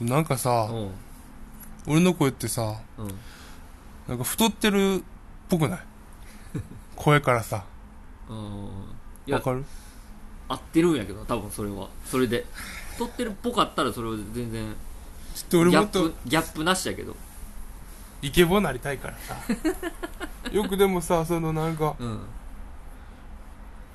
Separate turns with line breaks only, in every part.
なんかさ、
うん
俺の声ってさ、
うん
なんか太ってるっぽ くない声からさ、
うんい
わ
や
かる
合ってるんやけど多分それはそれで太ってるっぽかったらそれは全然
ちょっと
ギ
俺
ャ
も
ッ
っと
プギャップなしやけど
イケボなりたいから さ。よくでもさ、そのなんか、
うん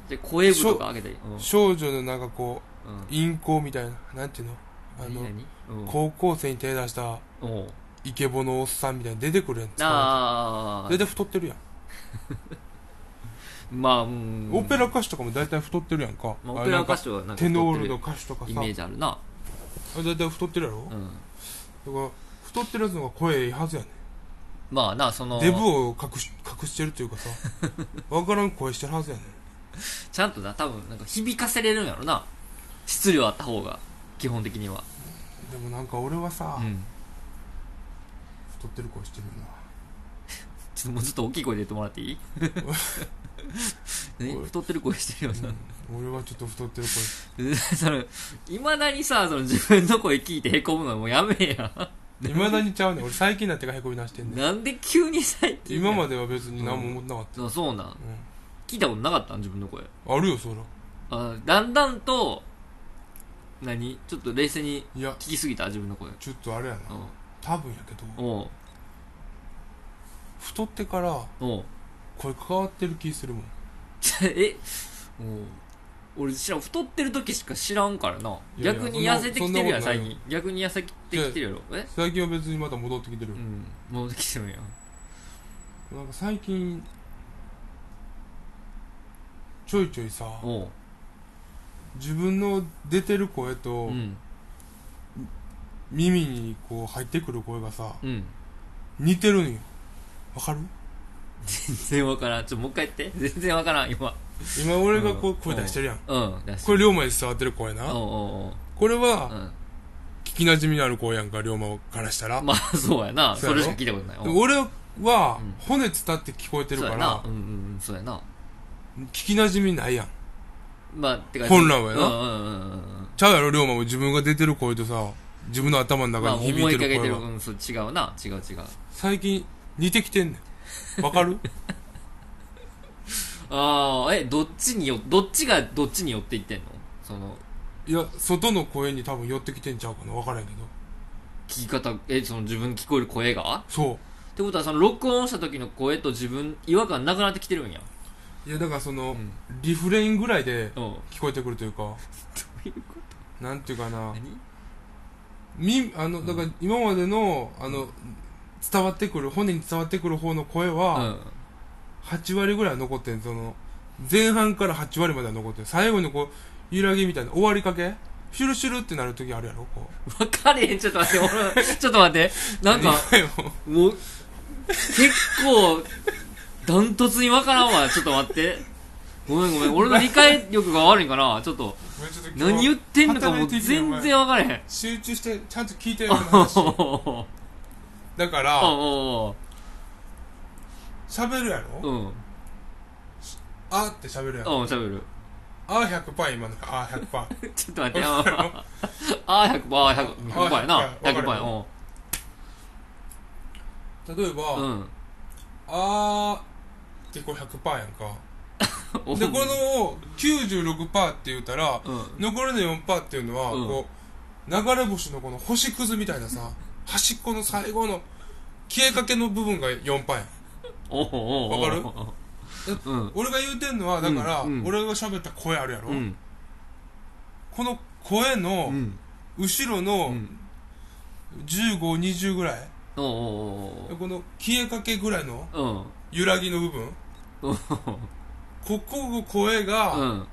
じゃあ声部とか上げたり
少女のなんかこ
うんうん
う、陰行みたいな、なんていうのあの、
何々うん
高校生に手出した
おう
イケボのおっさんみたいに出てくるやん。
ああ
大体太ってるやん。
まあうん
オペラ歌手とかも大体太ってるやんか。あ
まあオ
れ
ペ
な
ラ
んか
歌手はなんか
テノールの
太
歌手とか
ってる
さ、
イ
あ
メージあるな
れ大体太ってるやろ、
うん
だから太ってるやつの方が声いいはずやね
まあなその
デブを隠し隠してるというか さわからん声してるはずやね
ちゃんとな多分なんか響かせれるんやろな質量あった方が基本的には
でもなんか俺はさ、
うん
太ってる声してるよ
ちょっともうずっと大きい声で言ってもらっ ていいね
おい
太ってる声してるよ
な、うん俺はちょっと太ってる 声
な そのいまだにさその自分の声聞いてへこむのもうやめえや
いまだにちゃうね俺最近になってからへこみ出してんね
なんで急に最近
今
で
までは別に何も思ってなかっ
そうそうな
た、
ん
うん
聞いたことなかったん自分の声
あるよそら
あだんだんと何ちょっと冷静に
いや
聞きすぎた自分の声
ちょっとあれやな
う
多分やけど
んおう
太ってから
おう
声変わってる気するもん
えおう俺知らん太ってる時しか知らんからない
やいや
逆に痩せてきてるやん
そんなことない
最
よ
近逆に痩せてきてるやろえ
最近は別にまた戻ってきてる
う、ん戻ってきてるやん
なんか最近ちょいちょいさ
おう
自分の出てる声と、
うん
耳にこう入ってくる声がさ
うん
似てるんよわかる
全然わからんちょもう一回言って全然わからん今
今俺がこう
うん
声出してるやん
うん出して
これ龍馬に伝わってる声
おう
な
おう
これ
おうう
は
ん
聞き馴染みのある声やんか龍馬からしたら
まあそうやな
そうやろ
それしか聞いたことないおう
でも俺は
うん
骨伝って聞こえてる
そう
か
やな
ら
うんうんうんそうやな
聞き馴染みないやん
まあてか
本来はやな
うんうんうんうんうん
ちゃうやろ龍馬も自分が出てる声とさ自分の頭の
まあ
中に響
思
い
い
て
か
る
けて
声
る
が
うんそう違うな違う違う
最近似てきてんねんわか る
ああえどっちによどっちがどっちに寄っていってんのその
いや外の声に多分寄ってきてんちゃうかなわからんけど
聞き方えその自分聞こえる声が
そ
ってことはその録音した時の声と自分違和感なくなってきてるんや
ういやだからその、
ん
リフレインぐらいで
うん
聞こえてくるというか
いうこと
なんていうかな
何
みあのだから今までのあの伝わってくる骨に伝わってくる方の声は
うん
8割ぐらい残ってんその前半から8割までは残ってん最後にこう揺らぎみたいな終わりかけシュルシュルってなる時あるやろこう
分かれへんちょっと待って 俺ちょっと待ってなんか
今よ
もう結構ダントツに分からんわちょっと待ってごめんごめん俺の理解力が悪いんかなちょっと
ごめんちょっと今日
何言ってんのかもう全然分からへん
集中してちゃんと聞いてよ
お
この 話
ーおー
だか
おー
ら
お
喋るや
ー
ろ
うん
あーって喋るやろ
うん、しゃべる。
あー100パー今のあー100パー
ちょっと待って、ああ、100%、ああ、100%、100%やな。
あ100%
100%や、
例えば、
うん。うん。
あーってこう100パーやんか
お
でこの96%って言ったら、
うん
残りの4%っていうのは、
うん
こう流れ星のこの星屑みたいなさ端っこの最後の消えかけの部分が4%やん
おうおうおう
わかる
うん。
俺が言うてんのはだから、
うんうん
俺が喋った声あるやろ、
うん。
この声
う
の
ん。
後ろの
うん
1520ぐらい、
おうおう
この消えかけぐらいの
おううん。
揺らぎの部分
おう
ここの声が、
うん。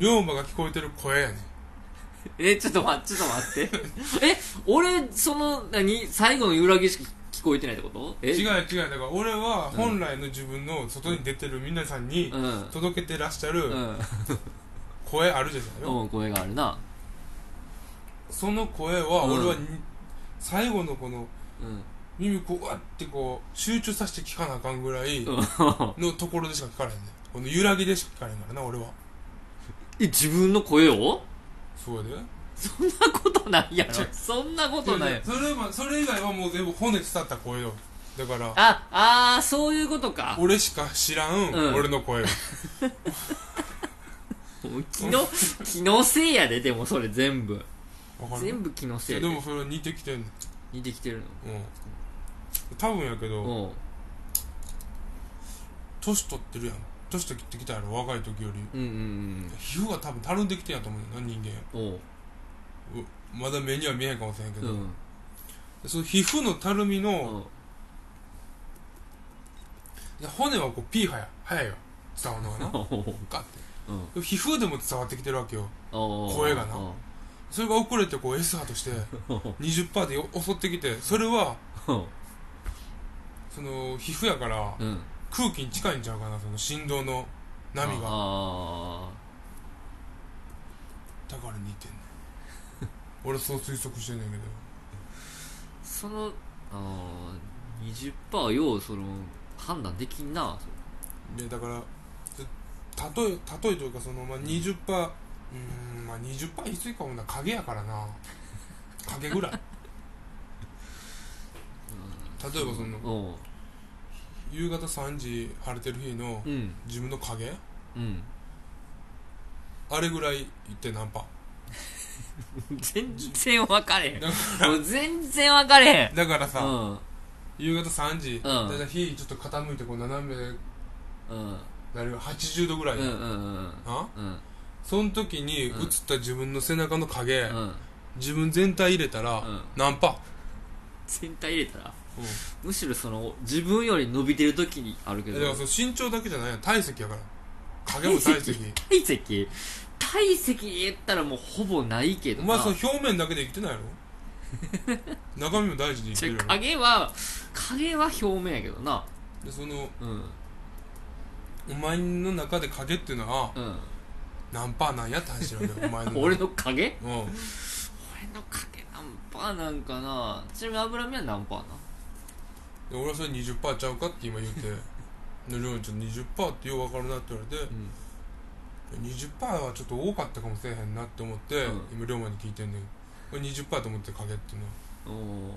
龍馬が聞こえてる声やねん
え、ちょっと待って、ちょっと待って。 え、俺、その、何最後の揺らぎしか聞こえてないってことえ
違う違うだから俺は本来の自分の外に出てる皆さんに、
うん。
届けてらっしゃ
う
る
ん。
声あるじゃないよ、
うん、声があるな。
その声は
うん
俺はに、最後のこの
うん。
耳こうわってこう集中させて聞かなあかんぐらい
うん
のところでしか聞かれへんねこの揺らぎでしか聞かれへんからな俺は
え、自分の声を
そうやで
そんなことないやろそんなことないやろ
それはそれ以外はもう全部骨伝った声よだから
ああーそういうことか
俺しか知らん、
うん
俺の声を
気の気のせいやででもそれ全部
わかる
全部気のせい
で
で
もそれ似てきてんの
似てきてる
うん多分やけど
の
年取ってるやん年取ってきたやろ若い時より
うんうんうん
皮膚が多分たるんできてんやと思うねんな人間
うんお
う
う
まだ目には見えへんかもしれんけ
う
ど、
ん
その皮膚のたるみの、
おう
いや骨はこうピーはや早いよ伝わるのがな
おう
ガッて
うん
でも皮膚でも伝わってきてるわけよ
おう
声がな
おう
それが遅れてこう S 波として
おう
20%でよ襲ってきてそれは
おう
その皮膚やから
うん
空気に近いんちゃうかなその振動の波が
あ
だから似てんねん俺そう推測してんねんけど
あそのあー20%ようその判断できんな
でだからず例え例えというかその、まあ、20%うーんまあ20%言い過ぎかもな影やからな影ぐらい例えばその
おう
夕方3時晴れてる日の
うん
自分の影
うん
あれぐらい言って何パ
全然分かれ へん
だ
もう全然分かれへん
ーだからさ、
うん
夕方3時、
ん
だいたい日ちょっと傾いてこう斜め
うん
なる80度ぐらい、
うんう
なん
うんうん
その時に映
うん
った自分の背中の影、
うん
自分全体入れたら、
うん
何パ
全体入れたら
ー、
むしろその自分より伸びてる時にあるけ
い
ど
やだからその身長だけじゃないやん体積やから影も体積
体積体積で言ったらもうほぼないけ
お
どな
前その表面だけで生きてないやろ 中身も大事で生き
じ
て
ゃ
るやろ
影は影は表面やけどな
でその
うん
お前の中で影っていうのは
うん
何パーなんやって話 なんだよお前の
俺の影
うん
俺の影何パーなんかなちなみに脂身は何パーな
で俺はそれ20%ちゃうかって今言うてでりょうにちょっと20%ってよう分かるなって言われて
うん
20%はちょっと多かったかもしれへんなって思って、
うん
今龍馬に聞いてんねん俺20%と思って影っていうのは
お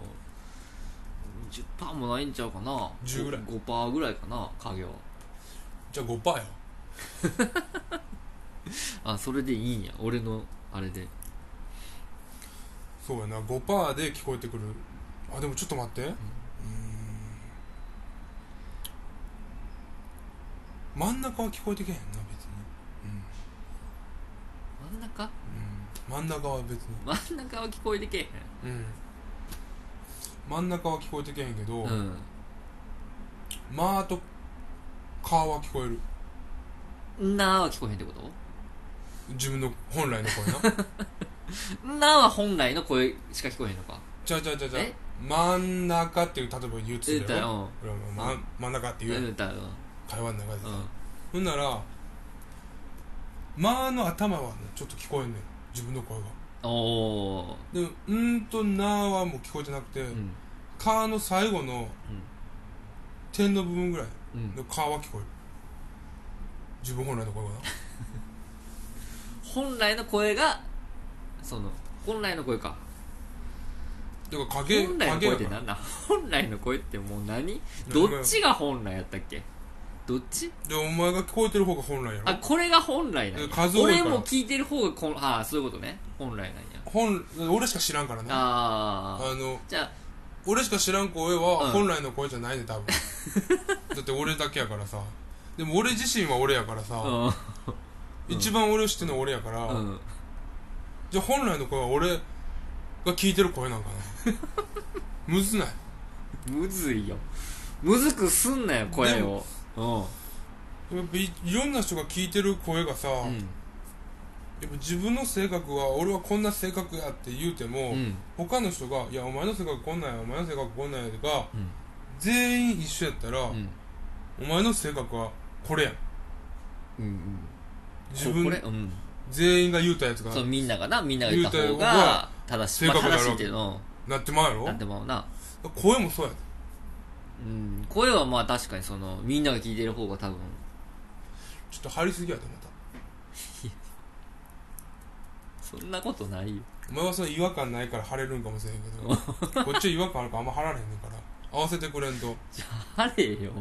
ー10%もないんちゃうかな
10ぐらい
5%ぐらいかな影は
じゃあ5%や
あそれでいいんや俺のあれで
そうやな5%で聞こえてくるあでもちょっと待ってうーん真ん中は聞こえてけへんな別に
真ん中
うん、うん、真ん中は別に
真ん中は聞こえてけえ
うん真ん中は聞こえてけへんけど、
へんうん
まあとかは聞こえる
んなーは聞こえへんってこと
自分の本来の声 な
んなーは本来の声しか聞こえへんのか
ちゃうちゃうちゃうちゃう
え
真ん中っていう例えば言うとす
言
る
う
や
た
ろ
よ
俺はまあ真ん中って
う
言
ん
うやん
言うたよ
会話の中でさ、
うん
ほんなら「まあ」の頭はねちょっと聞こえんねん自分の声が
おー
でも「うん」と「な」はもう聞こえてなくて「
うん
か」の最後の点の部分ぐらい
うん
の「か」は聞こえる自分本来の声がな
本来の声がその本来の声か
だから影
本来の
影
声
や
って
から
何だ 本来の声ってもう何
何
ど
が
っちが本来やったっけどっち
でお前が聞こえてる方が本来や
あ
ろ
これが本来なんや
え数多い
俺
から
も聞いてる方がこんああそういうことね本来なんや
本俺しか知らんからな
ああ
あの
じゃあ
俺しか知らん声
うん
は本来の声じゃないね 多分だって俺だけやからさでも俺自身は俺やからさ、
う
一番俺を知ってるのは俺やから、
んうん
じゃあ本来の声は俺が聞いてる声なんかな むずない
むずいよむずくすんなよ声
で
を
も
うん
やっぱいいろんな人が聞いてる声がさ、
う
やっ
ん
ぱ自分の性格は俺はこんな性格やって言うても、
うん
他の人が「いやお前の性格こんなんやお前の性格こんなんや」とか
うん
全員一緒やったら、
うん
お前の性格はこれやん
うん
自
これ
分
うん
全員が言うたやつが
そうみんながなみんなが言った
言
方
うた方
が
が
正し
正
いまあ
確にな
正
る
しいっていうの
なってまうや
な
ろ
んでもな
声もそうやで
うん声はまあ確かにそのみんなが聞いてる方が多分
ちょっと張りすぎやでまた
そんなことないよ
お前はその違和感ないから貼れるんかもしれへん けどこっちは違和感あるからあんま貼られへんねんから合わせてくれんと
あれよ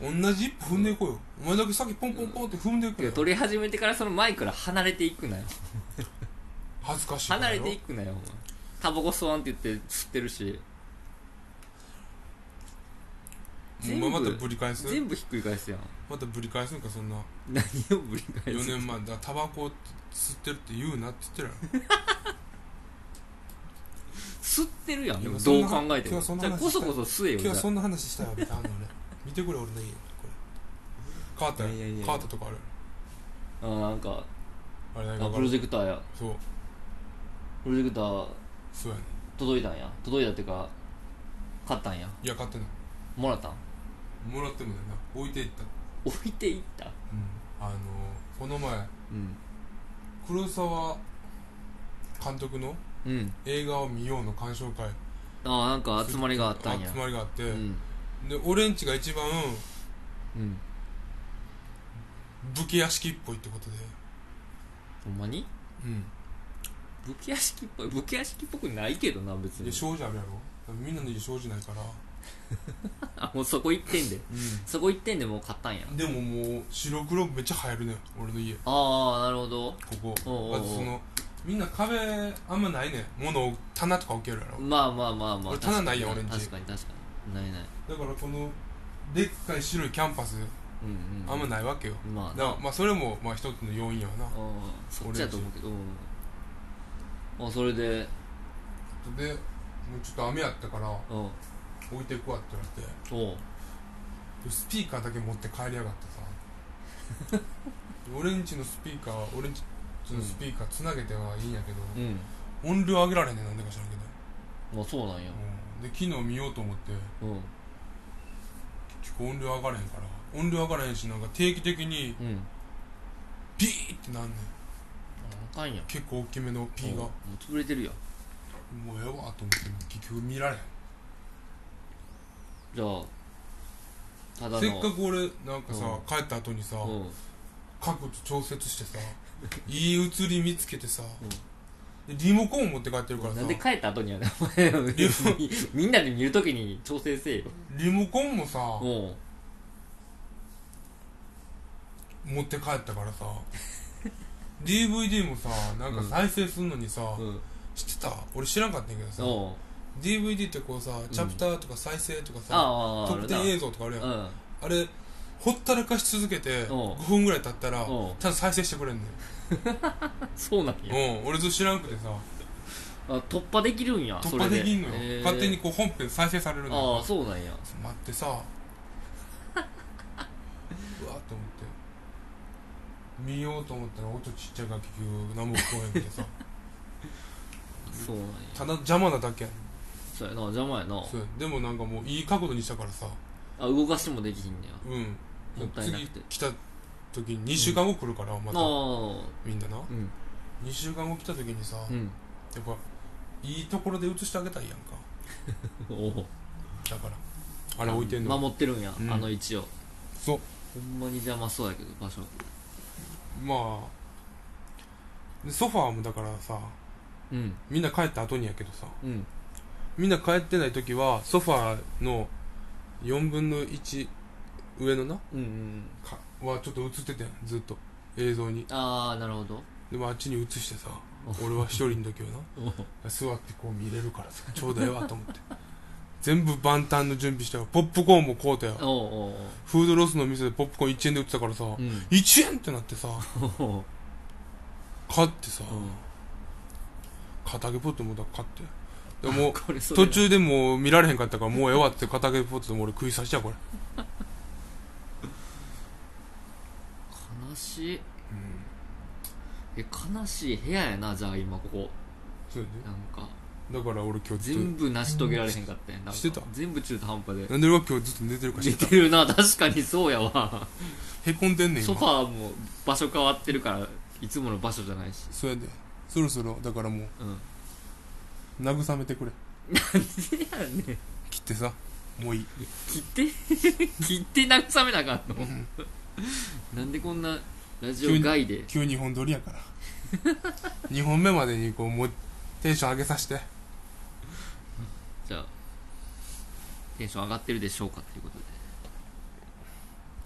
同じ一歩踏んでいこうよお前だけ先ポンポンポンって踏んでいく
いや
よ
撮り始めてからそのマイクから離れていくなよ
恥ずかしいから
離
よ
れていくなよお前タバコ吸わんって言って吸ってるし全
も
部
うまたぶり返す
全部ひっくり返すやん
またぶり返すんかそんな
何をぶり返
4
す
年前だタバコ吸ってるって言うなって言ってるや
吸ってるやんでも
今そん
どう
な
考えて
今
も
日そん
じ
な
ゃあ
話
こそこそ吸えよ
ろ
じ
今
ゃ
日
あ
そんな話したよみたいなの俺見てくれ俺の家これ変わったよ
いやいやいや
変わったとこある
あーなんか
あれ何
あ
か
プロジェクターや
そう
プロジェクター
そうやね
届いたんや届いたってか買ったんや
いや買ってない
もらったん
もらってもないな置いていった
置いていった
うんあのこの前
うん
黒沢監督の
うん
映画を見ようの鑑賞会
ああなんか集まりがあったんや
集まりがあって、
うん
で俺んちが一番
うん
武家屋敷っぽいってことで
ほんまに
うん
武家屋敷っぽい武家屋敷っぽくないけどな別
で
に
障子あるやろみんなの家障子ないから
あもうそこ行ってんで
う
そこ行ってんでもう買ったんや
んでももう白黒めっちゃ入るねん俺の家こ
ああなるほど
こ
おうおうおう
あとそのみんな壁あんまないねん物を棚とか置けるやろ
まあまあまあまあ
俺棚ないやん
確かに
俺んち
確かに確かにないない
だからこのでっかい白いキャンパス
うんうんうん
あんまないわけよ、
まあ
だからまあそれもまあ一つの要因やわな
ああそっちやと思うけどうんまあそれで
でもうちょっと雨やったから
うんお
置いていくわって言われて
う
でスピーカーだけ持って帰りやがってさ 俺んちのスピーカー俺んちのスピーカーつなげてはいいんやけど、
うん
音量上げられへんねんなんでか知らんけど、
まあそうなんや
うん、で昨日見ようと思って
うん
結構音量上がらへんから音量上がらへんしなんか定期的に
うん
ピーってなんねん
あかんやん
結構大きめのピーが
もう潰れてるやん
もうええわと思って結局見られへん
じゃあただの
せっかく俺なんかさ、
うん
帰った後にさ、
うん
角度調節してさ いい写り見つけてさ、でリモコン持って帰ってるから
な
さ
んで帰った後にはね、お前みみんなで見るときに調整せえよ。
リモコンもさ
うん。
持って帰ったからさ DVD もさなんか再生するのにさ、
うん。
知ってた俺知らんかったんやけどさ
おう
DVD ってこうさチャプターとか再生とか
ああ
さ、
ああ、あ
特典映像とかあるやん、
うん。あ
あれほったらかし続けて
うん
5分ぐらい経ったらち
う
ゃ
ん
んと再生してくれんね
そうなんや。
んうん俺ずっと知らんくてさ
あ突破できるんや、
突破できんのよ、
それへえ
勝手にこう本編再生されるのよ
ああ、そうなんや。
待ってさ うわーっと思って見ようと思ったら音ちっちゃいから結局何も聞こえんくてさ
そうなんや。
ただ邪魔なだけやん
そうやな、邪魔やな。
そうやでもなんかもういい角度にしたからさ
あ、動かしもできひんねや。
うん
もったいなく
次
て
来た時に2週間後来るから、ま
あ
た
あ、
みんなな
うん。
2週間後来た時にさ、
う
やっ
ん。
ぱいいところで映してあげたいやんか
おう
だからあれ置いてんの
守ってるんや、
うん
あの位置を。
そう
ほんまに邪魔そうやけど、場所。
まあでソファーもだからさ
うん。
みんな帰った後にやけどさ
うん。
みんな帰ってない時はソファーの4分の1上のな
うんうん。
かはちょっと映っててんずっと映像に
ああ、なるほど。
でもあっちに映してさ俺は一人の時はな座ってこう見れるからさちょうだいわと思って全部万端の準備したよポップコーンも買うたよ
おうおう
フードロスの店でポップコーン1円で売ってたからさ、
おう。うん。
1円ってなってさ
おう
買ってさ、
うん
片手ポットもだ買ってでもう
これそれ
途中でもう見られへんかったからもうええわって片手ポットでも俺食いさせちゃうこれ
悲しいえ悲しい部屋やなじゃあ今ここ
そうや
なんか
でだから俺今日ずっ
全部成し遂げられへんかったやんなんか
してた
全部中途半端で
となんで俺は今日ずっと寝てるかし
寝てるな確かにそうやわ
へこんでんねん
ソ
今
ファーも場所変わってるからいつもの場所じゃないし
そうやでそろそろだからも
うん
う慰めてくれ
せやねん
切ってさもういい
切って 切って慰めなあかんのなんでこんなラジオ外で
9本撮りやから2本目までにこうもうテンション上げさせて
じゃあテンション上がってるでしょうかっていうことで